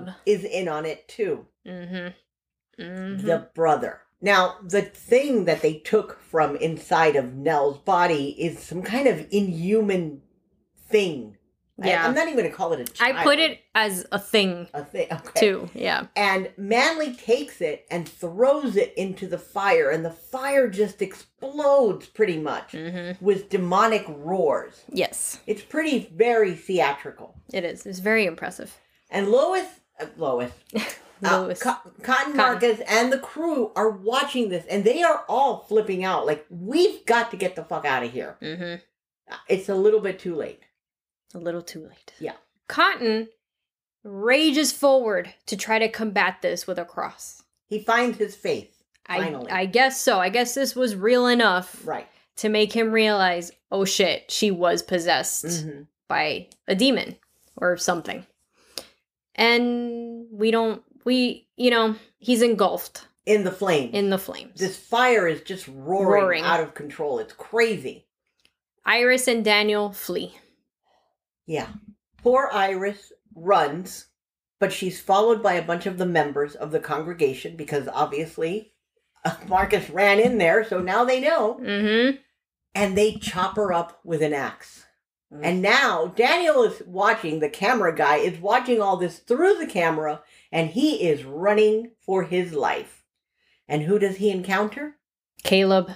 A: Caleb is in on it too.
B: Mm-hmm.
A: the brother. Now, the thing that they took from inside of Nell's body is some kind of inhuman thing. I-
B: Yeah.
A: I'm not even going to call it a child.
B: I put it as a thing
A: a thing. Okay.
B: too. Yeah.
A: And Manly takes it and throws it into the fire, and the fire just explodes pretty much
B: Mm-hmm.
A: with demonic roars.
B: Yes,
A: It's pretty, very theatrical.
B: it is. It's very impressive.
A: And Lois, uh, Lois, Uh,
B: Lewis.
A: Co- Cotton
B: Cotton.
A: Marcus and the crew are watching this and they are all flipping out. Like, we've got to get the fuck out of here.
B: mm-hmm.
A: Uh, It's a little bit too late.
B: A little too late.
A: Yeah.
B: Cotton rages forward to try to combat this with a cross.
A: He finds his faith.
B: I,
A: Finally.
B: I guess so. I guess this was real enough
A: Right.
B: to make him realize, oh shit, she was possessed.
A: hmm
B: by a demon or something. And we don't, we, you know, he's engulfed
A: In the flame.
B: in the flames.
A: this fire is just roaring,
B: Roaring.
A: out of control. It's crazy.
B: Iris and Daniel flee.
A: Yeah. Poor Iris runs, but she's followed by a bunch of the members of the congregation because obviously [laughs] uh, Marcus ran in there, so now they know.
B: Mm
A: and they chop her up with an axe. And now Daniel is watching, the camera guy is watching all this through the camera, and he is running for his life. And who does he encounter?
B: hmm. Caleb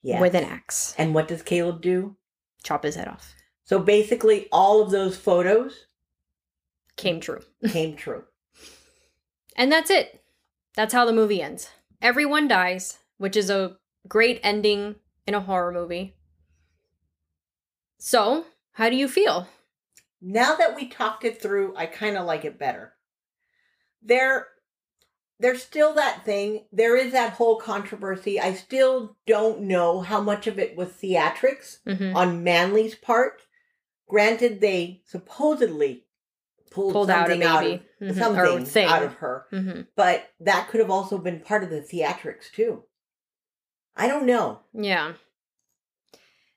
A: Yeah.
B: with an axe.
A: and what does Caleb do?
B: Chop his head off.
A: So basically, all of those
B: [laughs]
A: photos
B: Came true.
A: came true.
B: And that's it. That's how the movie ends. Everyone dies, which is a great ending in a horror movie. So, how do you feel?
A: Now that we talked it through, I kind of like it better. There, there's still that thing. There is that whole controversy. I still don't know how much of it was theatrics
B: Mm-hmm.
A: on Manley's part. Granted, they supposedly pulled,
B: Pulled out a
A: Oh, something
B: baby.
A: out of,
B: Mhm.
A: something
B: Or a thing.
A: out of her,
B: hmm
A: but that could have also been part of the theatrics too. I don't know.
B: Yeah.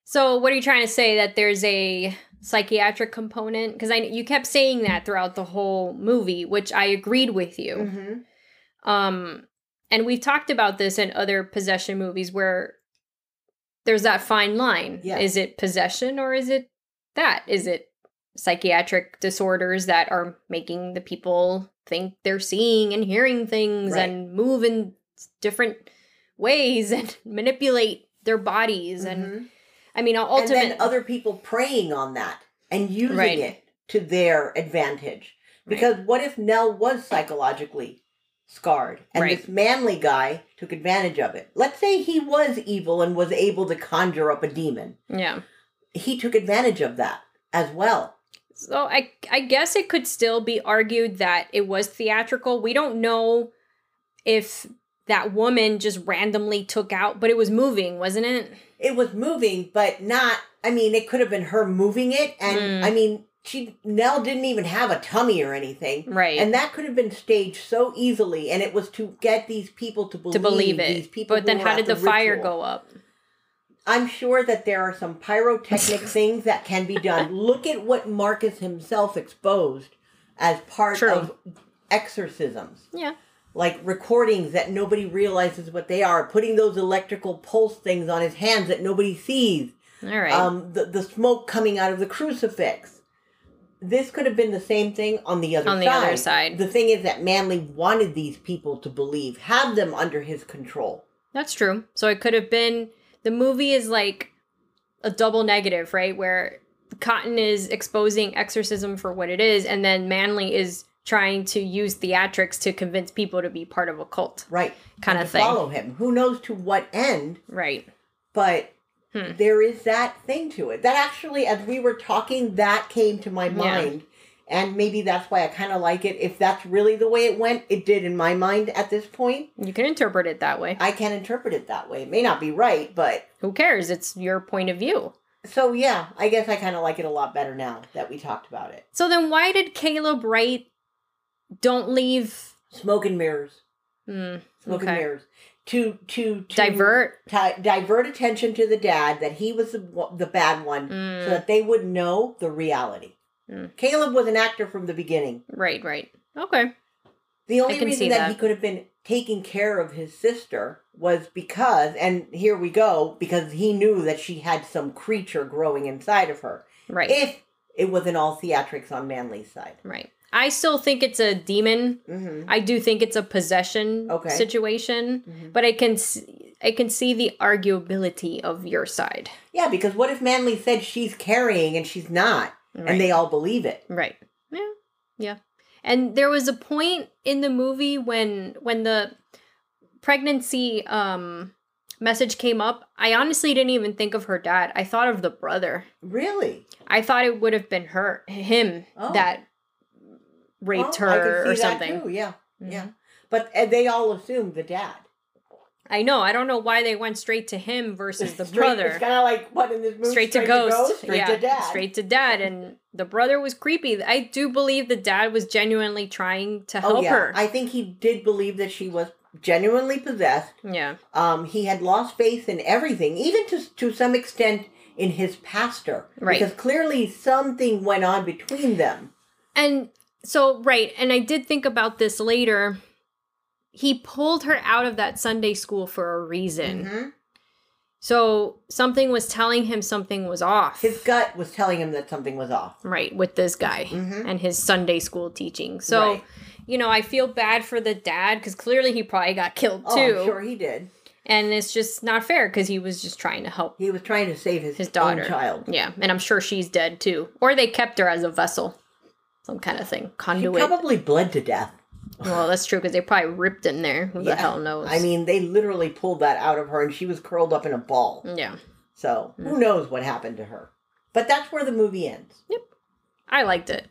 B: So what are you trying to say that there's a psychiatric component because I you kept saying that throughout the whole movie, which I agreed with you.
A: Mm-hmm.
B: Um, and we've talked about this in other possession movies where there's that fine line.
A: Yeah.
B: Is it possession or is it that? Is it psychiatric disorders that are making the people think they're seeing and hearing things
A: Right.
B: and move in different ways [laughs] and manipulate their bodies and
A: Mhm.
B: I mean
A: and
B: ultimately
A: then other people preying on that and using
B: Right.
A: it to their advantage.
B: Right.
A: Because what if Nell was psychologically scarred and
B: Right.
A: this manly guy took advantage of it? Let's say he was evil and was able to conjure up a demon.
B: yeah.
A: He took advantage of that as well.
B: So I I guess it could still be argued that it was theatrical. We don't know if that woman just randomly took out, but it was moving, wasn't it?
A: It was moving, but not, I mean, it could have been her moving it. And
B: Mm.
A: I mean, she, Nell didn't even have a tummy or anything.
B: Right.
A: And that could have been staged so easily, and it was to get these people to believe,
B: to believe
A: These
B: it.
A: people
B: But
A: who
B: then
A: were
B: how
A: at
B: did the, fire
A: ritual.
B: go up?
A: I'm sure that there are some
B: [laughs]
A: pyrotechnic things that can be done. Look at what Marcus himself exposed as part
B: True.
A: of exorcisms,
B: Yeah.
A: like recordings that nobody realizes what they are, putting those electrical pulse things on his hands that nobody sees
B: All right.
A: um, the, the smoke coming out of the crucifix. This could have been the same thing on the other
B: On
A: side.
B: the other side.
A: The thing is that Manley wanted these people to believe, have them under his control.
B: That's true. So it could have been the movie is like a double negative, right? Where Cotton is exposing exorcism for what it is, and then Manley is trying to use theatrics to convince people to be part of a cult.
A: Right.
B: Kinda
A: And to
B: thing.
A: Follow him. Who knows to what end,
B: Right.
A: but
B: Hmm.
A: there is that thing to it. That actually, as we were talking, that came to my
B: Yeah.
A: mind. And maybe that's why I kind of like it. If that's really the way it went, it did in my mind at this point.
B: You can interpret it that way.
A: I can interpret it that way. It may not be right, but
B: Who cares? It's your point of view.
A: So yeah, I guess I kind of like it a lot better now that we talked about it.
B: So then why did Caleb write don't leave
A: Smoke and mirrors,
B: hmm,
A: smoke and
B: Okay.
A: mirrors, to to, to
B: divert?
A: ti- divert attention to the dad that he was the, w- the bad one,
B: Mm.
A: so that they would know the reality.
B: Mm.
A: Caleb was an actor from the beginning.
B: Right, right. Okay.
A: The only
B: can
A: reason
B: see
A: that,
B: that.
A: he could have been taking care of his sister was because, and here we go, because he knew that she had some creature growing inside of her.
B: Right.
A: If it wasn't all theatrics on Manly's side.
B: right. I still think it's a demon.
A: Mm-hmm.
B: I do think it's a possession
A: Okay.
B: situation,
A: Mhm.
B: but I can see, I can see the arguability of your side.
A: Yeah, because what if Manly said she's carrying and she's not,
B: Right.
A: and they all believe it?
B: Right. Yeah. Yeah. And there was a point in the movie when when the pregnancy um message came up, I honestly didn't even think of her dad. I thought of the brother.
A: Really?
B: I thought it would have been her him
A: Oh.
B: that raped
A: Well, I could
B: her or
A: see that
B: something.
A: too, Yeah,
B: Mhm.
A: yeah. But and they all assume the dad.
B: I know. I don't know why they went straight to him
A: [laughs]
B: versus the
A: Straight-
B: brother.
A: It's kind of like what in this movie?
B: straight, to ghost. [laughs]
A: straight
B: yeah,
A: to dad.
B: Straight to dad. And the brother was creepy. I do believe the dad was genuinely trying to help
A: oh yeah.
B: her.
A: I think he did believe that she was genuinely possessed.
B: yeah.
A: Um, he had lost faith in everything, even to to some extent in his pastor,
B: Right.
A: Because clearly something went on between them.
B: And so, right. And I did think about this later. He pulled her out of that Sunday school for a reason.
A: Mhm.
B: So something was telling him something was off.
A: His gut was telling him that something was off.
B: right. With this guy
A: Mhm.
B: and his Sunday school teaching. So.
A: Right.
B: You know, I feel bad for the dad because clearly he probably got killed
A: Oh,
B: too,
A: I'm sure he did.
B: and it's just not fair because he was just trying to help
A: He was trying to save his,
B: His
A: own
B: daughter.
A: child.
B: Yeah, and I'm sure she's dead too. Or they kept her as a vessel, some kind of thing,
A: He
B: conduit.
A: probably bled to death.
B: well, that's true because they probably ripped in there. Who
A: Yeah.
B: the hell knows?
A: [sighs] I mean, they literally pulled that out of her, and she was curled up in a ball.
B: yeah,
A: So
B: Mm.
A: who knows what happened to her? But that's where the movie ends.
B: I liked it.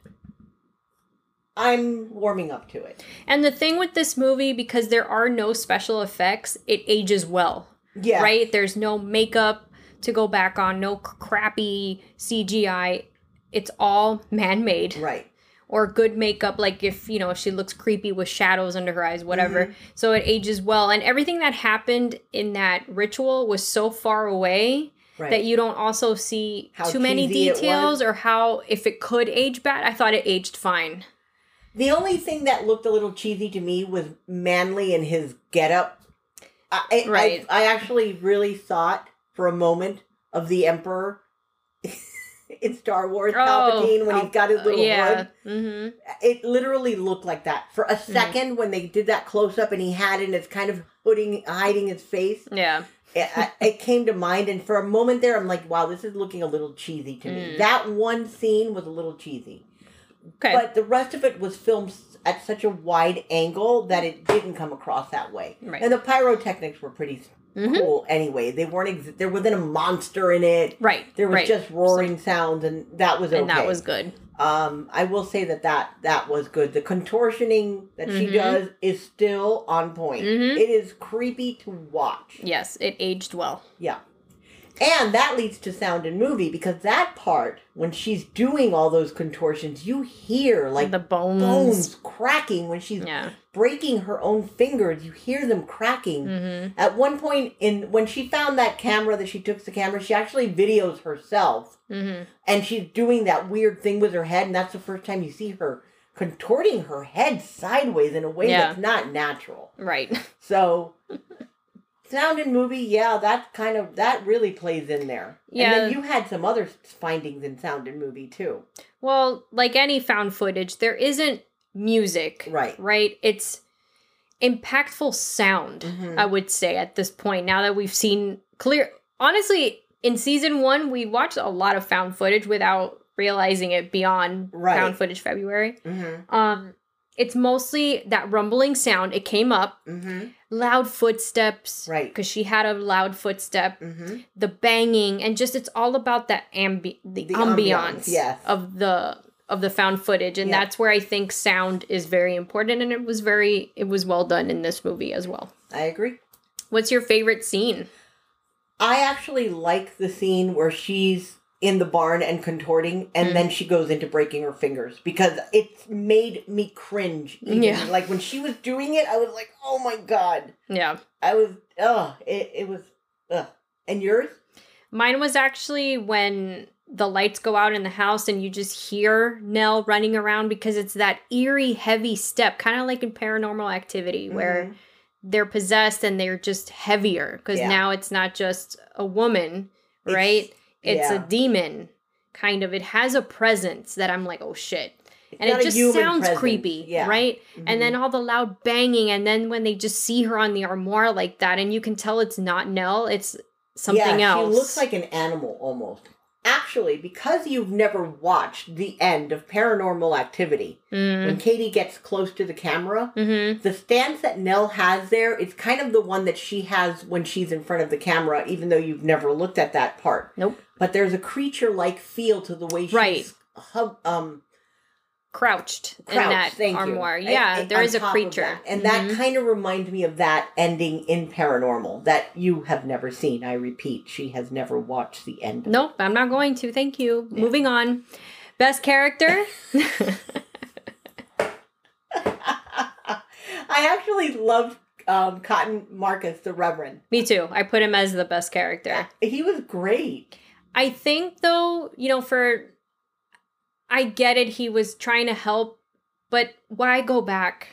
A: I'm warming up to it.
B: And the thing with this movie, because there are no special effects, it ages well,
A: Yeah,
B: right? There's no makeup to go back on, no c- crappy CGI. It's all man made.
A: right.
B: or good makeup like if you know she looks creepy with shadows under her eyes whatever
A: Mm-hmm.
B: so it ages well and everything that happened in that ritual was so far away
A: Right.
B: that you don't also see
A: How
B: too many
A: cheesy it
B: details
A: was.
B: or how if it could age bad. I thought it aged fine.
A: the only thing that looked a little cheesy to me was Manly in his getup. I, I,
B: Right.
A: I, I actually really thought for a moment of the Emperor [laughs] in Star Wars Palpatine when he's
B: Al-
A: got his little hood.
B: Oh, yeah. hmm
A: it literally looked like that for a
B: Mm.
A: 2nd when they did that close up and he had it and it's kind of hooding hiding his face
B: Yeah.
A: it, I- it came to mind and for a moment there i'm like wow this is looking a little cheesy to me
B: Mm.
A: that one scene was a little cheesy
B: Okay.
A: but the rest of it was filmed s- at such a wide angle that it didn't come across that way
B: Right.
A: and the pyrotechnics were pretty s-
B: Mhm.
A: cool anyway they weren't ex- there wasn't a monster in it
B: Right.
A: there was
B: right.
A: just roaring sounds and that was okay
B: and that was good.
A: um, I will say that that that was good. The contortioning that she
B: Mhm.
A: does is still on point.
B: Mhm.
A: It is creepy to watch.
B: Yes, it aged well.
A: Yeah. And that leads to sound in movie because that part when she's doing all those contortions, you hear like
B: the bones.
A: bones cracking when she's
B: Yeah.
A: breaking her own fingers. You hear them cracking.
B: hmm
A: At one point in when she found that camera that she took the camera, she actually videos herself
B: hmm
A: and she's doing that weird thing with her head, and that's the first time you see her contorting her head sideways in a way
B: Yeah.
A: that's not natural.
B: Right. [laughs]
A: So, sound in movie, yeah, that kind of that really plays in there. and
B: Yeah.
A: then you had some other s- findings in sound in movie too,
B: Well, like any found footage, there isn't music.
A: right?
B: Right? It's impactful sound,
A: Mhm.
B: I would say, at this point, now that we've seen clear. Honestly, in season one, we watched a lot of found footage without realizing it beyond
A: Right.
B: found footage February.
A: Mm-hmm.
B: Um, it's mostly that rumbling sound. It came up,
A: Mm-hmm.
B: loud footsteps.
A: Right.
B: Because she had a loud footstep.
A: Mm-hmm.
B: the banging and just it's all about that ambi- the,
A: The ambiance,
B: ambiance
A: yes.
B: of the of the found footage and
A: Yeah.
B: that's where i think sound is very important and it was very it was well done in this movie as well
A: I agree.
B: what's your favorite scene
A: I actually like the scene where she's in the barn and contorting
B: Mm.
A: and then she goes into breaking her fingers because it's made me cringe. even.
B: Yeah.
A: Like when she was doing it, I was like, oh my God.
B: yeah
A: I was, ugh, it, it was, ugh. And yours?
B: mine was actually when the lights go out in the house and you just hear nell running around because it's that eerie heavy step kind of like in paranormal activity where
A: Mhm.
B: they're possessed and they're just heavier because
A: Yeah.
B: now it's not just a woman
A: It's-
B: right it's
A: yeah.
B: a demon kind of it has a presence that i'm like oh shit
A: It's
B: and
A: not
B: it
A: a
B: just
A: human
B: sounds
A: presence.
B: creepy
A: Yeah.
B: right
A: Mhm.
B: and then all the loud banging and then when they just see her on the armoire like that and you can tell it's not nell it's something
A: yeah,
B: else
A: She looks like an animal almost. Actually, because you've never watched the end of paranormal activity,
B: mm,
A: when Katie gets close to the camera,
B: hmm
A: the stance that Nell has there is kind of the one that she has when she's in front of the camera, even though you've never looked at that part.
B: Nope.
A: But there's a creature like feel to the way she's
B: Right.
A: hub, um,
B: crouched, in
A: crouched.
B: that
A: Thank you.
B: armoire
A: And-
B: yeah
A: and
B: there
A: on
B: is a
A: top of
B: creature
A: that. And
B: Mhm.
A: that kind of reminds me of that ending in Paranormal that you have never seen. I repeat, she has never watched the end. of
B: Nope, I'm not going to. Thank you. Moving on.
A: [laughs]
B: Best character?
A: [laughs] I actually loved um, Cotton Marcus, the Reverend.
B: Me too. I put him as the best character.
A: He was great.
B: I think though, you know, for I get it he was trying to help, but why go back?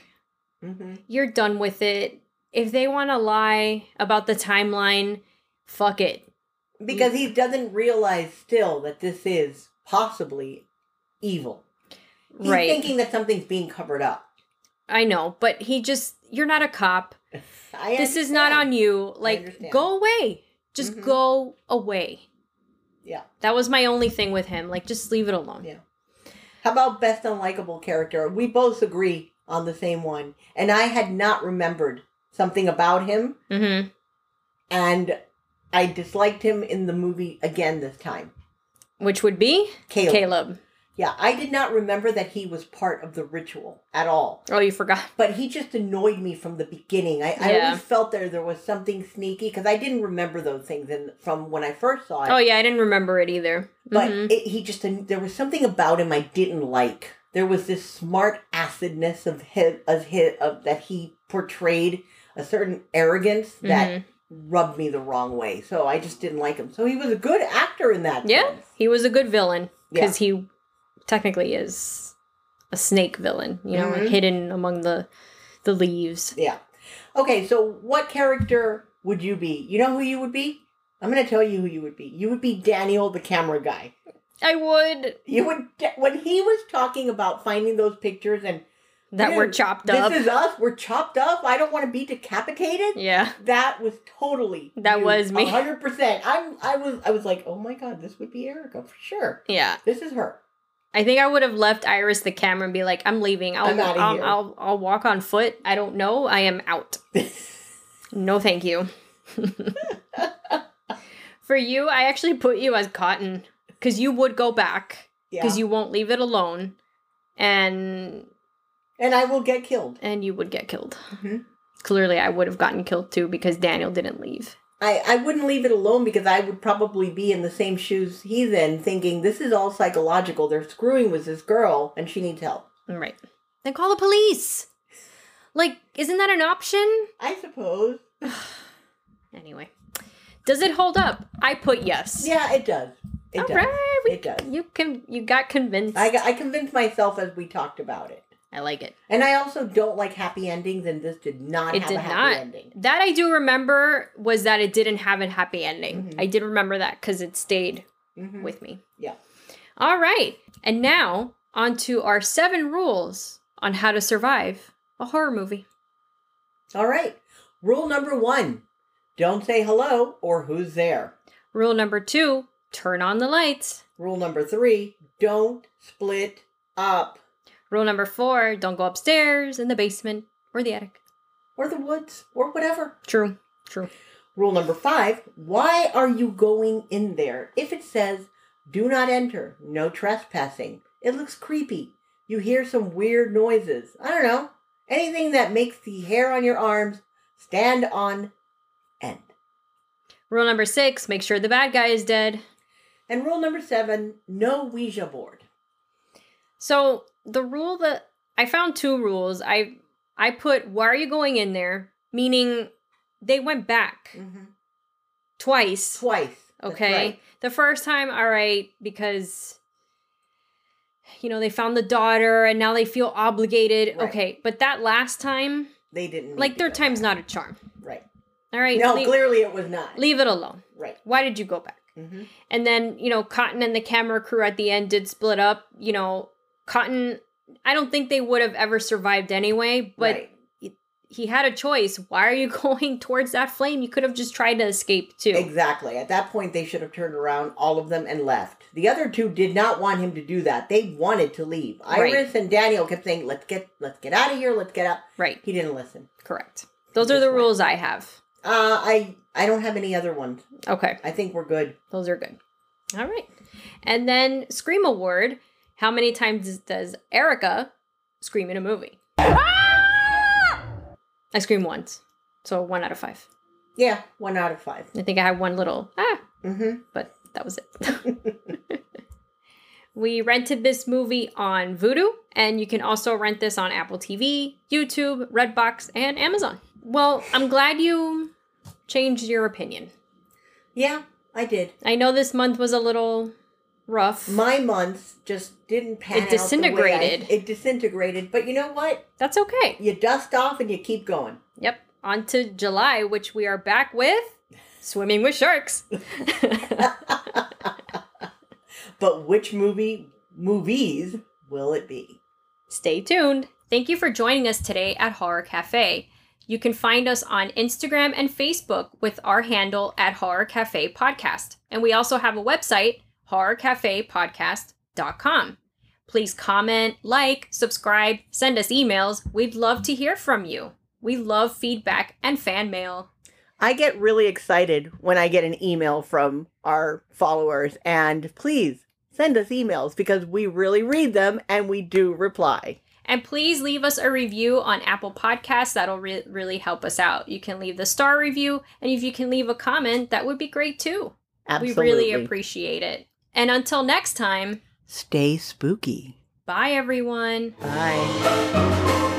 A: Mm-hmm.
B: You're done with it. If they want to lie about the timeline, fuck it.
A: because he doesn't realize still that this is possibly evil. He's
B: right.
A: thinking that something's being covered up. [laughs]
B: I know, but he just you're not a cop.
A: I
B: This is not
A: understand.
B: on you.
A: understand.
B: Like go away. Just
A: Mhm.
B: go away.
A: Yeah.
B: That was my only thing with him. Like, just leave it alone.
A: Yeah. How about best unlikable character? We both agree on the same one, and I had not remembered something about him,
B: Mm-hmm.
A: and I disliked him in the movie again this time.
B: Which would be
A: Caleb.
B: Caleb.
A: Yeah, I did not remember that he was part of the ritual at all.
B: Oh, you forgot.
A: but he just annoyed me from the beginning. I, I
B: Yeah.
A: always felt there there was something sneaky because I didn't remember those things in, from when I first saw it.
B: Oh, yeah, I didn't remember it either.
A: But
B: Mhm.
A: it, he just there was something about him I didn't like. There was this smart acidness of his, of his of that he portrayed a certain arrogance that
B: Mhm.
A: rubbed me the wrong way. So I just didn't like him. So he was a good actor in that.
B: Yeah,
A: sense.
B: he was a good villain because he technically is a snake villain. You know,
A: Mhm.
B: hidden among the the leaves.
A: Yeah. Okay, so what character would you be? You know who you would be? I'm going to tell you who you would be. You would be Daniel, the camera guy.
B: I would
A: You would, when he was talking about finding those pictures and
B: that were
A: Dude,
B: chopped
A: this
B: up.
A: is us, we're chopped up, I don't want to be decapitated.
B: yeah,
A: That was totally
B: That
A: you,
B: was me.
A: 100%. I'm I was I was like, "Oh my god, this would be Erica for sure.
B: yeah.
A: This is her." [laughs]
B: I think I would have left Iris the camera and be like, "I'm leaving. I'll
A: I'm outta
B: I'll,
A: here."
B: I'll I'll walk on foot. I don't know. I am out. No,
A: [laughs]
B: thank you." For you, I actually put you as Cotton because you would go back
A: yeah.
B: because you won't leave it alone, and
A: and I will get killed.
B: and you would get killed.
A: Mhm.
B: Clearly, I would have gotten killed too because Daniel didn't leave.
A: I, I wouldn't leave it alone because I would probably be in the same shoes he's in, thinking this is all psychological. They're screwing with this girl and she needs help.
B: Right. Then call the police. Like, isn't that an option?
A: I suppose.
B: Anyway, does it hold up? I put yes.
A: Yeah, it does. It
B: All
A: does.
B: right, we-
A: It does.
B: You can. You got convinced.
A: I, I convinced myself as we talked about it.
B: I like it.
A: And I also don't like happy endings, and this did not
B: It
A: have
B: did
A: a happy
B: not.
A: ending.
B: That I do remember was that it didn't have a happy ending.
A: Mhm.
B: I did remember that because it stayed
A: Mhm.
B: with me.
A: Yeah.
B: All right. And now on to our seven rules on how to survive a horror movie.
A: All right. Rule number one don't say hello or who's there.
B: Rule number two: turn on the lights.
A: Rule number three don't split up
B: Rule number four: don't go upstairs in the basement or the attic.
A: or the woods or whatever.
B: True. True.
A: Rule number five why are you going in there? If it says, do not enter, no trespassing, it looks creepy. You hear some weird noises. I don't know. Anything that makes the hair on your arms stand on end.
B: Rule number six: make sure the bad guy is dead.
A: And rule number seven no Ouija board.
B: So the rule that I found two rules. I I put why are you going in there? Meaning they went back twice.
A: Twice. That's
B: Okay.
A: right.
B: The first time, all right, because you know, they found the daughter and now they feel obligated.
A: Right.
B: Okay. But that last time,
A: They didn't. need
B: like
A: to
B: third
A: go
B: time's
A: back.
B: not a charm.
A: Right.
B: All right.
A: No,
B: leave,
A: clearly it was not.
B: leave it alone.
A: Right.
B: Why did you go back?
A: Mm-hmm.
B: And then, you know, Cotton and the camera crew at the end did split up. You know, Cotton, I don't think they would have ever survived anyway, but
A: right.
B: he had a choice. Why are you [laughs] going towards that flame? You could have just tried to escape too.
A: Exactly. At that point, they should have turned around, all of them, and left. The other two did not want him to do that. They wanted to leave.
B: Right.
A: Iris and Daniel kept saying, "Let's get, let's get out of here. Let's get out."
B: Right.
A: He didn't listen.
B: Correct. Those are the
A: That's right.
B: rules I have.
A: Uh, I, I don't have any other ones.
B: Okay.
A: I think we're good.
B: Those are good. All right. And then Scream Award. How many times does Erica scream in a movie? I scream once. So one out of five.
A: Yeah, one out of 5
B: I think I had one little ah
A: Mm-hmm.
B: but that was it. we rented this movie on Vudu, and you can also rent this on Apple TV, YouTube, Redbox, and Amazon. Well, I'm glad you changed your opinion.
A: Yeah, I did.
B: I know this month was a little rough.
A: My months just didn't pan. out the way I-
B: disintegrated.
A: it disintegrated. But you know what?
B: That's okay.
A: You dust off and you keep going.
B: Yep. On to July, which we are back with Swimming with Sharks.
A: [laughs] But which movie, movies, will it be?
B: Stay tuned. Thank you for joining us today at Horror Cafe. You can find us on Instagram and Facebook with our handle at Horror Cafe Podcast. And we also have a website, horrorcafepodcast.com. Please comment, like, subscribe, send us emails. We'd love to hear from you. We love feedback and fan mail.
A: I get really excited when I get an email from our followers, and please send us emails because we really read them and we do reply.
B: And please leave us a review on Apple Podcasts. That'll re- really help us out. You can leave the star review, and if you can leave a comment, that would be great too.
A: Absolutely.
B: We really appreciate it. And until next time,
A: Stay spooky.
B: bye everyone.
A: Bye.